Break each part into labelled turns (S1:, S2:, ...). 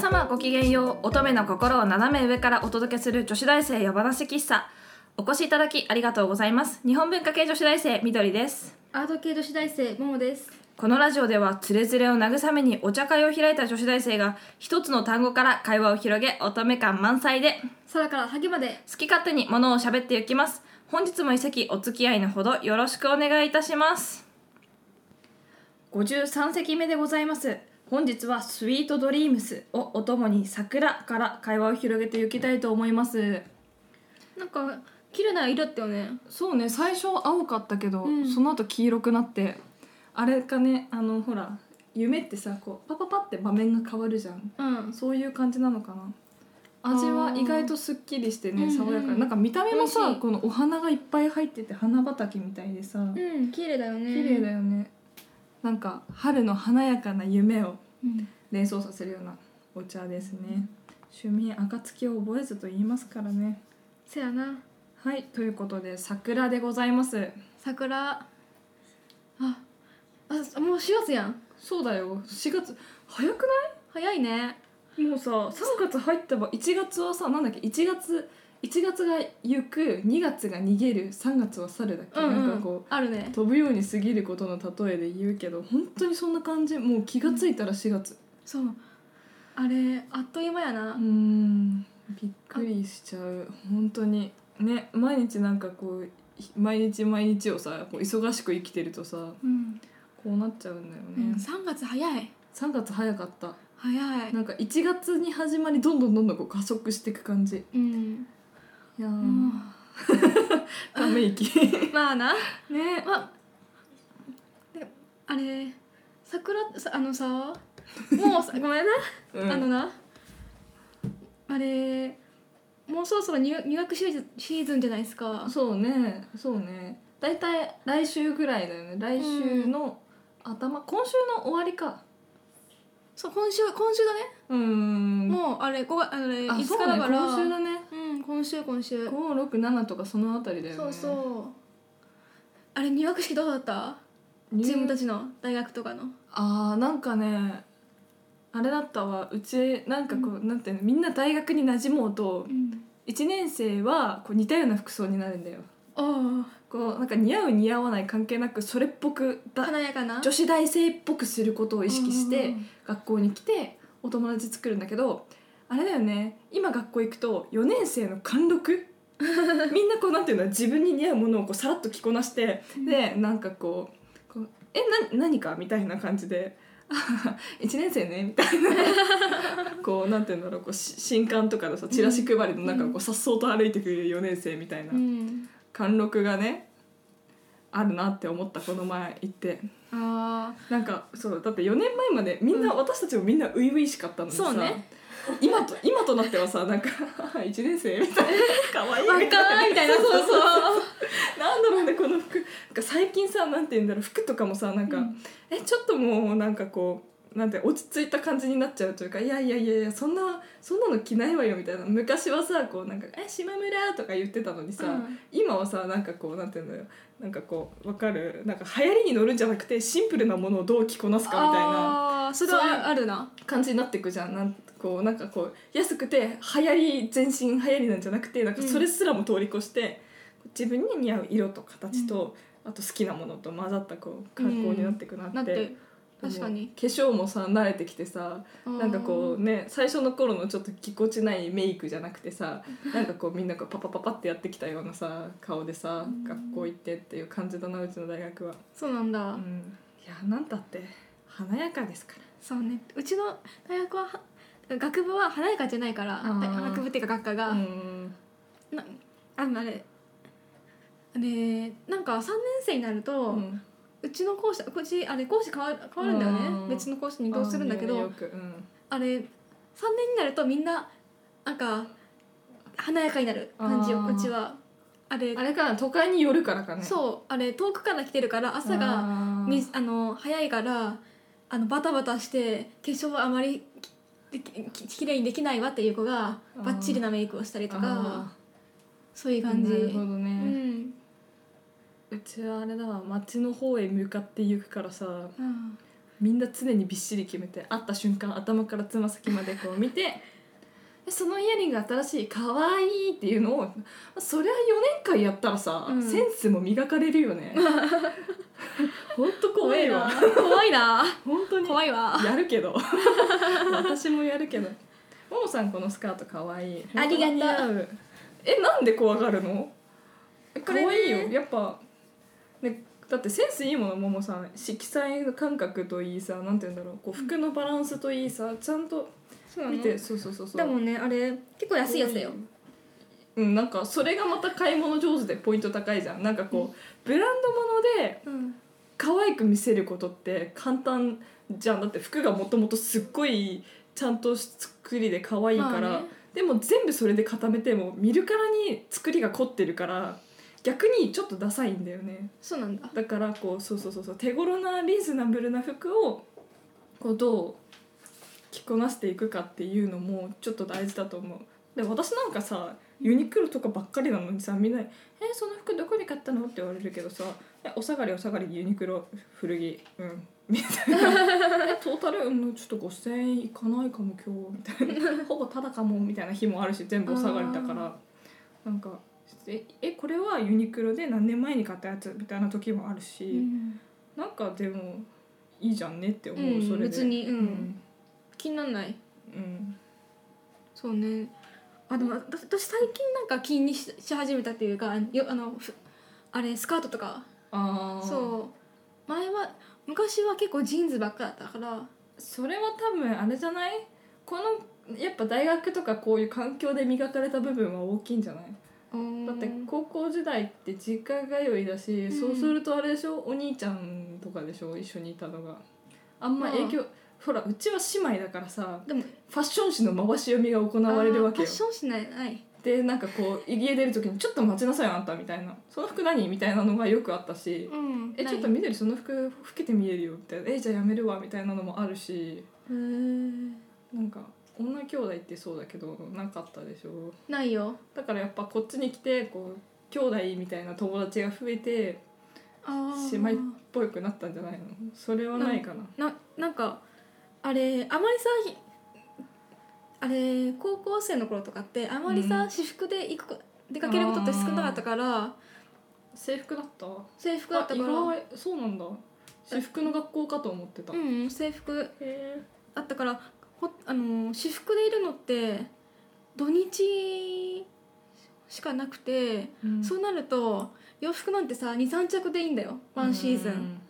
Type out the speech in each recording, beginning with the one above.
S1: 様ごきげんよう乙女の心を斜め上からお届けする女子大生夜話喫茶お越しいただきありがとうございます日本文化系女子大生みどりです
S2: アート系女子大生ももです
S1: このラジオではつれづれを慰めにお茶会を開いた女子大生が一つの単語から会話を広げ乙女感満載で
S2: 空から萩まで
S1: 好き勝手に物を喋っていきます本日も一席お付き合いのほどよろしくお願いいたします53席目でございます本日は「スイートドリームス」をお供に「桜」から会話を広げていきたいと思います
S2: なんか綺麗な色だったよね
S1: そうね最初青かったけど、
S2: うん
S1: その後黄色くなってあれかねあのほら夢ってさこうパパパって場面が変わるじゃん
S2: うん
S1: そういう感じなのかな味は意外とすっきりして
S2: あ
S1: ね
S2: ー
S1: 爽やか
S2: うんうん
S1: なんか見た目も
S2: 美味
S1: さ
S2: しい
S1: このお花がいっぱい入ってて花畑みたいでさ
S2: うん綺麗だよね
S1: 綺麗だよねなんか春の華やかな夢を
S2: うん
S1: 連想させるようなお茶ですね趣味暁を覚えずと言いますからね
S2: せやな
S1: はいということで桜でございます
S2: 桜ああもう4月やん
S1: そうだよ4月早くな
S2: 早いね
S1: いもうさ3月入ったば1月はさなんだっけ1月1月が行く2月が逃げる3月は去るだっけ、
S2: うん、うん、
S1: なんかこ
S2: あるね
S1: う飛ぶように過ぎることの例えで言うけど本当にそんな感じもう気がついたら4月
S2: そうあれあっという間や
S1: う
S2: な、
S1: ーんびっくりしちゃう本当にね毎日なんかこうひ毎日毎日をさこう忙しく生きてるとさ
S2: うん
S1: こうなっちゃうんだよ
S2: うん
S1: ね、
S2: 3月早い
S1: 3月早かった
S2: 早い
S1: なんか1月に始まりどんどんどんどんこう加速していく感じ
S2: うん
S1: いやー
S2: ん
S1: ため 息
S2: まあな
S1: ね
S2: まであれ桜さあのさもうさごめんな
S1: うん
S2: あのなあれもうそろそろ入入学シーズンシーズンじゃないですか
S1: そうねそうね大体来週ぐらいだよね来週の頭、今週の終わりか
S2: そう今週今週だね、
S1: うーん
S2: もうあれ5月あれ
S1: あ
S2: 5日
S1: そう
S2: だ
S1: だ
S2: か
S1: からら今週だね
S2: うん今週今週
S1: 567とかそのあたりだよね
S2: そうそうあれ入学式どうだった
S1: 入
S2: 自分たちの大学とかの
S1: あーなんかねあれだったわうちなんかこう、なんていうのみんな大学に馴染もうと
S2: うん
S1: 1年生はこう似たような服装になるんだよ
S2: あ
S1: こうなんか似合う似合わない関係なくそれっぽく
S2: あ
S1: だ
S2: 華やかな
S1: 女子大生っぽくすることを意識し
S2: う
S1: て
S2: ん
S1: 学校に来てお友達作るんだけどあれだよね今学校行くと4年生の貫禄みんなこうなんていうの自分に似合うものをこうさらっと着こなしてでなんかこうこう「えな何か?」みたいな感じで 「1年生ね」みたいなこうなんていうんだろうこうし新刊とかのさチラシ配りの中をこうさっそうと歩いてくる4年生みたいな
S2: うん
S1: 貫禄がねあるなって思ったこの前行って。
S2: あ
S1: なんかそうだって4年前までみんな、
S2: うん
S1: 私たちもみんな初々しかったのにさ
S2: そうね
S1: 今と今となってはさなんか1 年生みたいな可愛い
S2: あ
S1: みたいな
S2: みたいなそうそう
S1: なんだろうねこの服なんか最近さなんて言うんだろう服とかもさなんか、
S2: うん
S1: えちょっともうなんかこうなんて落ち着いた感じになっちゃうというかいやいやいやいやそんなそんなの着ないわよみたいな昔はさこうなんか「え島村」とか言ってたのにさ、
S2: うん
S1: 今はさなんかこうなんていうのよなんかこうわかるなんか流行りに乗るんじゃなくてシンプルなものをどう着こなすかみたいな
S2: あーそれは
S1: そういう
S2: あるな
S1: 感じになってくじゃんなんこうなんかこう安くて流行り全身流行りなんじゃなくてなんか
S2: うん
S1: それすらも通り越して、自分に似合う色と形と、あと好きなものと混ざったこう格好になってくなって,、
S2: なって確かに
S1: 化粧もさ慣れてきてさなんかこうね最初の頃のちょっとぎこちないメイクじゃなくてさなんかこうみんなこうパパパパってやってきたようなさ顔でさ
S2: うん
S1: 学校行ってっていう感じだなうちの大学は、
S2: そうなんだ、
S1: うん、いやなんだって華やかですから
S2: そうねうちの大学はは学部は華やかじゃないから
S1: あー
S2: 学部っていうか学科が、
S1: うん
S2: なあのあれでなんか3年生になると、う
S1: うん
S2: ちの講師こっちあれ講師変わる変わるんだよ
S1: うん
S2: ね別の講師に移動するんだけ
S1: あーね
S2: ど
S1: よくうん
S2: あれ3年になるとみんななんか華やかになる感じよ
S1: あ
S2: う
S1: ー
S2: ちはあれ
S1: あれかな都会によるからかねう
S2: そうあれ遠くから来てるから朝がみあの早いからあのバタバタして化粧はあまりききききれいにできないわっていう子が
S1: あー
S2: バッチリなメイクをしたりとかそういう感じ
S1: なるほどね、
S2: うん
S1: うちはあれだわ町の方へ向かって行くからさ
S2: うん
S1: みんな常にびっしり決めて会った瞬間頭からつま先までこう見て でそのイヤリング新しい可愛いっていうのをそりゃ4年間やったらさ、
S2: うん
S1: センスも磨かれるよ ねほんと怖
S2: 怖
S1: え
S2: い
S1: わ
S2: な怖いな
S1: 本当に
S2: 怖いわ
S1: やるけ ど私もやるけどももさんこのスカートかわいい
S2: ありがと
S1: 本
S2: う
S1: 当に似合うえなんで怖がるの
S2: こ
S1: 可
S2: れね
S1: 愛いよやっぱねだってセンスいいものももさん色彩の感覚といいさなんて言うんだろうこう服のバランスといいさちゃんと
S2: そうなの
S1: 見てそうそうそうそう
S2: でもねあれ結構安いやつだよ
S1: うんなんかそれがまた買い物上手でポイント高いじゃんなんかこう、ブランド物で
S2: うん
S1: 可愛く見せることって簡単じゃんだって服がもともとすっごいちゃんと作りで可愛いから、
S2: まあね
S1: でも全部それで固めても見るからに作りが凝ってるから逆にちょっとダサいんだよね
S2: そうなんだ
S1: だからこうそうそうそうそう手頃なリーズナブルな服をこうどう着こなしていくかっていうのもちょっと大事だと思うで私なんかさユニクロとかばっかりなのにさみんなに「えその服どこで買ったの?」って言われるけどさ「えお下がりお下がりユニクロ古着うん」みたいな「えトータルうんちょっと5,000円いかないかも今日」みたいな「ほぼただかも」みたいな日もあるし全部お下がりだからなんか「ええこれはユニクロで何年前に買ったやつ?」みたいな時もあるし、
S2: うん
S1: なんかでもいいじゃんねって思う、それで。
S2: 別にう
S1: うんん
S2: 気になんない
S1: うん
S2: そうねあでも私私最近なんか気にしし始めたっていうかよあのふあれスカートとか
S1: ああ
S2: そう前は昔は結構ジーンズばっかだったから
S1: それは多分あれじゃないこのやっぱ大学とかこういう環境で磨かれた部分は大きいんじゃないだ
S2: だ
S1: って高校時代って実家通いだし、
S2: うん
S1: そうするとあれでしょお兄ちゃんとかでしょ一緒にいたのがあんま影響、ほらうちは姉妹だからさ
S2: でも
S1: ファッション誌の回し読みが行われるわけ
S2: あーファッ
S1: よ
S2: ションしないない
S1: でなんかこう家出る時に「ちょっと待ちなさいよあんた」みたいな「その服何?」みたいなのがよくあったし
S2: うん
S1: 「えちょっと緑その服老けて見えるよ」みたいな「えじゃあやめるわ」みたいなのもあるし
S2: へー
S1: なんか女兄弟ってそうだけどなかったでしょ
S2: ないよ
S1: だからやっぱこっちに来てこう兄弟みたいな友達が増えて
S2: あー
S1: 姉妹っぽくなったんじゃないのそれはないかな
S2: ななんかあれあまりさひあれ高校生の頃とかってあまりさ、
S1: うん
S2: 私服で行くこ出かけることって少なかったから
S1: 制服だった
S2: 制服だったから
S1: あ意外そうなんだ私服の学校かと思ってた、
S2: う
S1: へ
S2: んうん制服
S1: え
S2: だったからほあのー私服でいるのって土日しかなくて、そうなると洋服なんてさ23着でいいんだよワンシーズン、
S1: うん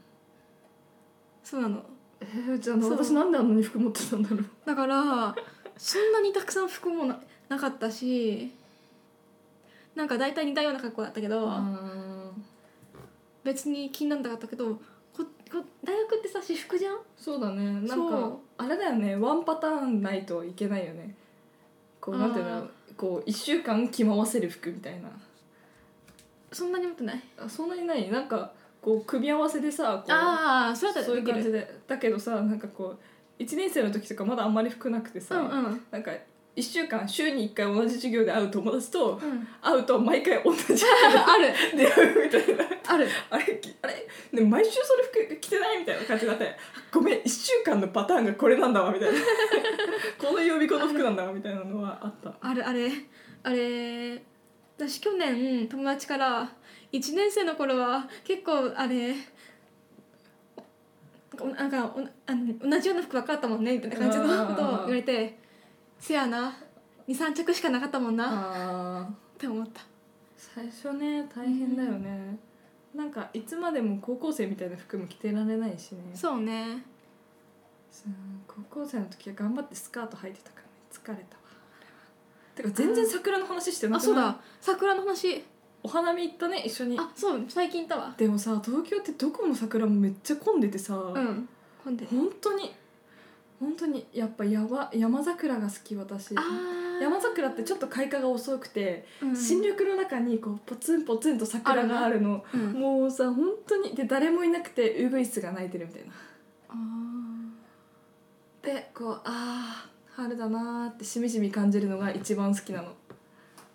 S2: そうなの
S1: えー、じゃあ
S2: そう
S1: 私なんであんなに服持ってたんだろう
S2: だからそんなにたくさん服もななかったしなんか大体似たような格好だったけど、別に気にならなかったけどここ大学ってさ私服じゃん
S1: そうだねなん
S2: そう
S1: かあれだよねワンパターンないといけないよねこうなんていう
S2: あ
S1: のこう1週間着回せる服みたいな
S2: そんなに持ってない
S1: あそんなにないなんかこう組み合わせでさこう
S2: ああそれだった
S1: そう
S2: ら
S1: い
S2: で
S1: う
S2: き
S1: 感じ
S2: る
S1: でだけどさなんかこう1年生の時とかまだあんまり服なくてさ、
S2: うんうん
S1: なんか1週間週に1回同じ授業で会う友達と
S2: うん
S1: 会うと毎回同じ服
S2: ある
S1: で出会うみたいな
S2: ある
S1: あれきあれ、ね、毎週それ服着てないみたいな感じになってごめん1週間のパターンがこれなんだわみた いなこの予備校の服なんだわみたいなのはあった
S2: あるあれあれ私去年友達から1年生の頃は結構あれおなんかおあの同じような服ばっかだったもんねみたいな感じの
S1: あー
S2: ことを言われて「せやな23着しかなかったもんな」っ
S1: あ
S2: て思った
S1: 最初ね大変だよね、なんかいつまでも高校生みたいな服も着てられないしね
S2: そうね
S1: うん高校生の時は頑張ってスカート履いてたからね疲れたわあれはてか全然桜の話してなくな
S2: あ
S1: い
S2: そうだ桜の話
S1: お花見行ったね一緒に
S2: あそう最近行ったわ
S1: でもさ東京ってどこも桜もめっちゃ混んでてさ、
S2: うん混んで
S1: 本当に本当にやっぱ山山桜が好き私
S2: あー
S1: 山桜ってちょっと開花が遅くて、
S2: うん
S1: 新緑の中にこうポツンポツンと桜があるの
S2: うん
S1: もうさ本当にで誰もいなくてウグイスが鳴いてるみたいな
S2: あー
S1: でこうあー春だなーってしみじみ感じるのが一番好きなの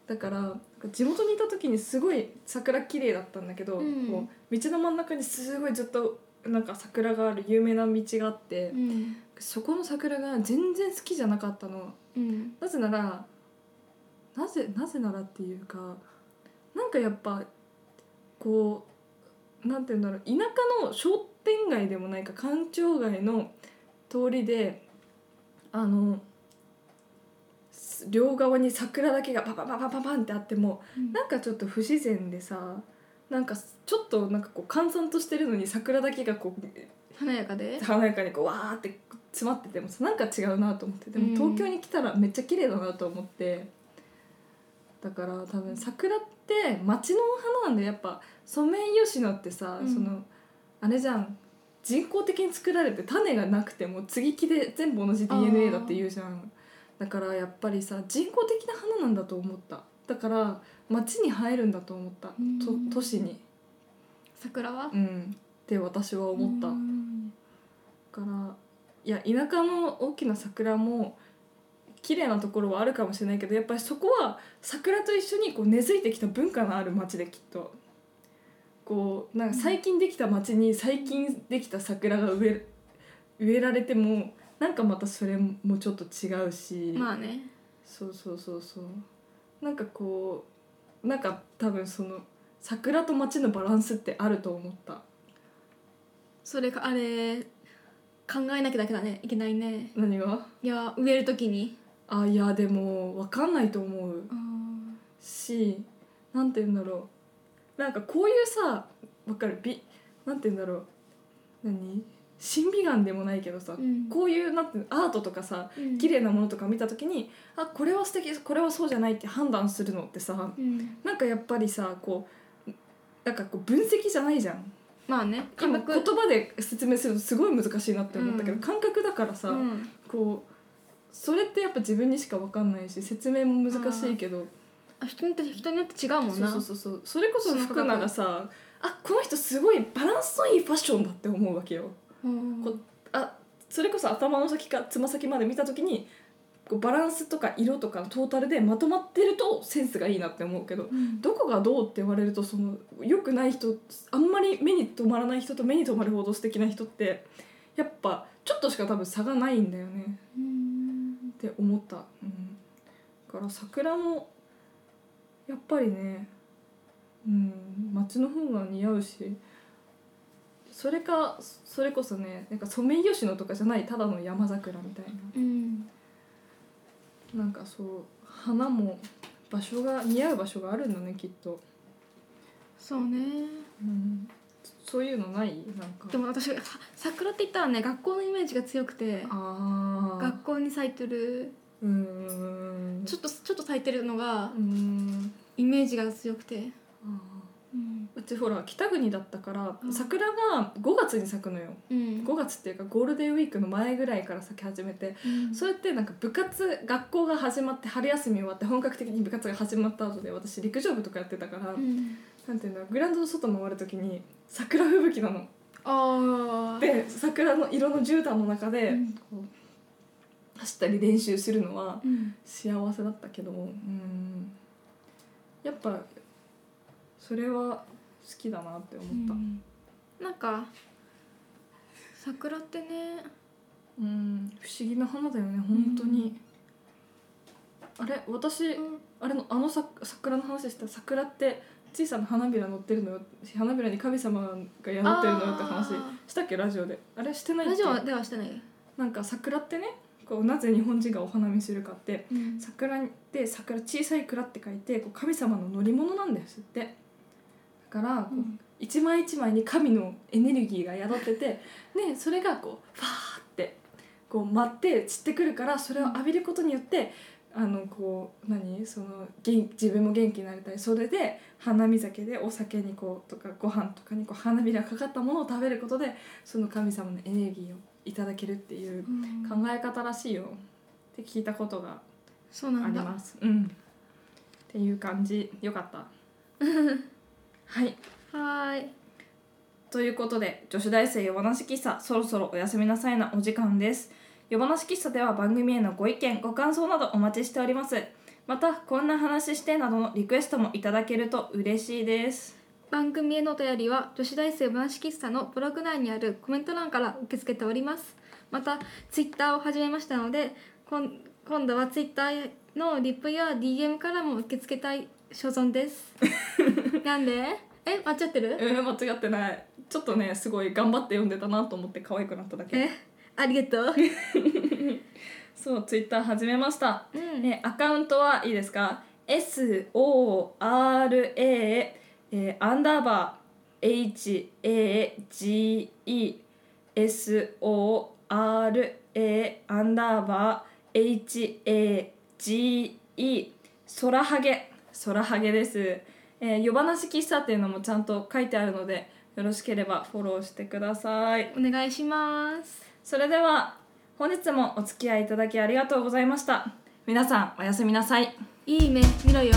S1: だからなんか地元にいた時にすごい桜綺麗だったんだけど、
S2: うん
S1: こう道の真ん中にすごいずっとなんか桜がある有名な道があって、
S2: うん
S1: そこの桜が全然好きじゃなかったの
S2: うん
S1: なぜならなぜなぜならっていうかなんかやっぱこうなんて言うんだろう田舎の商店街でもないか官庁街の通りであのす両側に桜だけがパパパパパパンってあってもなんかちょっと不自然でさなんかちょっとなんかこう閑散としてるのに桜だけがこう
S2: 華やかで
S1: 華やかにこうわーって詰まっててもさなんか違うなと思ってで
S2: うん
S1: も東京に来たらめっちゃ綺麗だなと思ってだから多分桜って街のお花なんでやっぱソメイヨシノってさ、
S2: うん
S1: そのあれじゃん人工的に作られて種がなくても接ぎ木で全部同じ
S2: あー
S1: DNA だって言うじゃんだからやっぱりさ人工的な花なんだと思っただから街に生えるんだと思った、と
S2: うん
S1: 都市に
S2: 桜は
S1: うんって私は思った、
S2: うん
S1: からいや田舎の大きな桜も綺麗なところはあるかもしれないけどやっぱりそこは桜と一緒にこう根付いてきた文化のある町できっとこうなんか最近できた町に最近できた桜が植え植えられてもなんかまたそれもちょっと違うし、
S2: まあね
S1: そうそうそうそうなんかこうなんか多分その桜と町のバランスってあると思った。
S2: それかあれ考えなきゃだけだねいけないね
S1: 何が
S2: いや植える時に
S1: あいやでも分かんないと思う。しなんて言うんだろうなんかこういうさわかる美なんて言うんだろう何審美眼でもないけどさ、
S2: うん
S1: こういうなんていうのアートとかさ
S2: うん
S1: 綺麗なものとか見た時にあこれは素敵これはそうじゃないって判断するのってさ
S2: うん
S1: なんかやっぱりさこうなんかこう分析じゃないじゃん
S2: まあね
S1: 今言葉で説明するとすごい難しいなって思ったけど、
S2: うん
S1: 感覚だからさ、
S2: うん
S1: こうそれってやっぱ自分にしか分かんないし説明も難しいけど
S2: あ人によって人によって違うもん
S1: そう
S2: な
S1: そうそうそうそれこそ
S2: その
S1: 福永さあこの人すごいバランスのいいファッションだって思うわけよ
S2: うん
S1: こあそれこそ頭の先からつま先まで見た時にこうバランスとか色とかのトータルでまとまってるとセンスがいいなって思うけど
S2: うん
S1: どこがどうって言われるとその良くない人あんまり目に留まらない人と目に留まるほど素敵な人ってやっぱちょっとしか多分差がないんだよね
S2: うん
S1: って思った、うん、だから桜もやっぱりねうん街の方が似合うしそれかそれこそねなんかソメイヨシノとかじゃないただの山桜みたい
S2: うん
S1: ななんかそう花も場所が似合う場所があるんだねきっと、
S2: そうね
S1: うん、そういうのないなんか
S2: でも私さ桜って言ったらね学校のイメージが強くて
S1: ああ
S2: 学校に咲いてる
S1: うーん
S2: ち
S1: ょっ
S2: ょっとちょっと咲いてるのが
S1: うーん
S2: イメージが強くて
S1: あー
S2: うん
S1: うちほら北国だったから
S2: うん
S1: 桜が5月に咲くのよ
S2: うん
S1: 5月っていうかゴールデンウィークの前ぐらいから咲き始めてそうやってなんか部活学校が始まって春休み終わって本格的に部活が始まった後で私陸上部とかやってたから、
S2: うん
S1: なんていうんだろうグラウンドの外回る時に桜吹雪なの。
S2: ああ
S1: で桜の色の絨毯の中で
S2: うん
S1: こう走ったり練習するのは
S2: うん
S1: 幸せだったけどうんやっぱそれは好きだなって思った。
S2: うんなんか桜ってね
S1: うん不思議な花だよね本当に、あれ私、あれのあのさ桜の話した桜って小さな花びら乗ってるのよ花びらに神様が宿ってるのよって話
S2: あ
S1: したっけラジオであれしてないっ
S2: ラ
S1: け
S2: ジオではしてない、
S1: なんか桜ってねこうなぜ日本人がお花見するかって
S2: うん
S1: 桜って桜小さい蔵って書いてこう神様の乗り物なんですってだからこう、一枚一枚に神のエネルギーが宿っててでそれがこうファーってこう舞って散ってくるからそれを浴びることによってあのこう何その元自分も元気になれたりそれで花見酒でお酒にこうとかご飯とかにこう花びらかかったものを食べることでその神様のエネルギーをいただけるっていう
S2: うん
S1: 考え方らしいよって聞いたことが
S2: そうな
S1: あ
S2: ん
S1: り
S2: だ
S1: ます。うん、っていう感じよかった。はい
S2: はーい
S1: ということで女子大生夜話喫茶そろそろお休みなさいなお時間です夜話喫茶では番組へのご意見ご感想などお待ちしておりますまたこんな話してなどのリクエストもいただけると嬉しいです
S2: 番組へのお便りは女子大生話喫茶のブログ内にあるコメント欄から受け付けておりますまたツイッターを始めましたのでこん今度はツイッターのリップや DM からも受け付けたい所存です なんでえ間違ってる
S1: えー、間違ってないちょっとねすごい頑張って読んでたなと思って可愛くなっただけ
S2: えありがとう、
S1: そうツイッター始めました
S2: うん
S1: ねアカウントはいいですか SORA、えー、アンダーバー HAGESORA アンダーバー HAGE 空ハゲ空ハゲです、えー、夜話喫茶っていうのもちゃんと書いてあるのでよろしければフォローしてください
S2: お願いします
S1: それでは本日もお付き合いいただきありがとうございました皆さんおやすみなさい
S2: 네,いい目見ろよ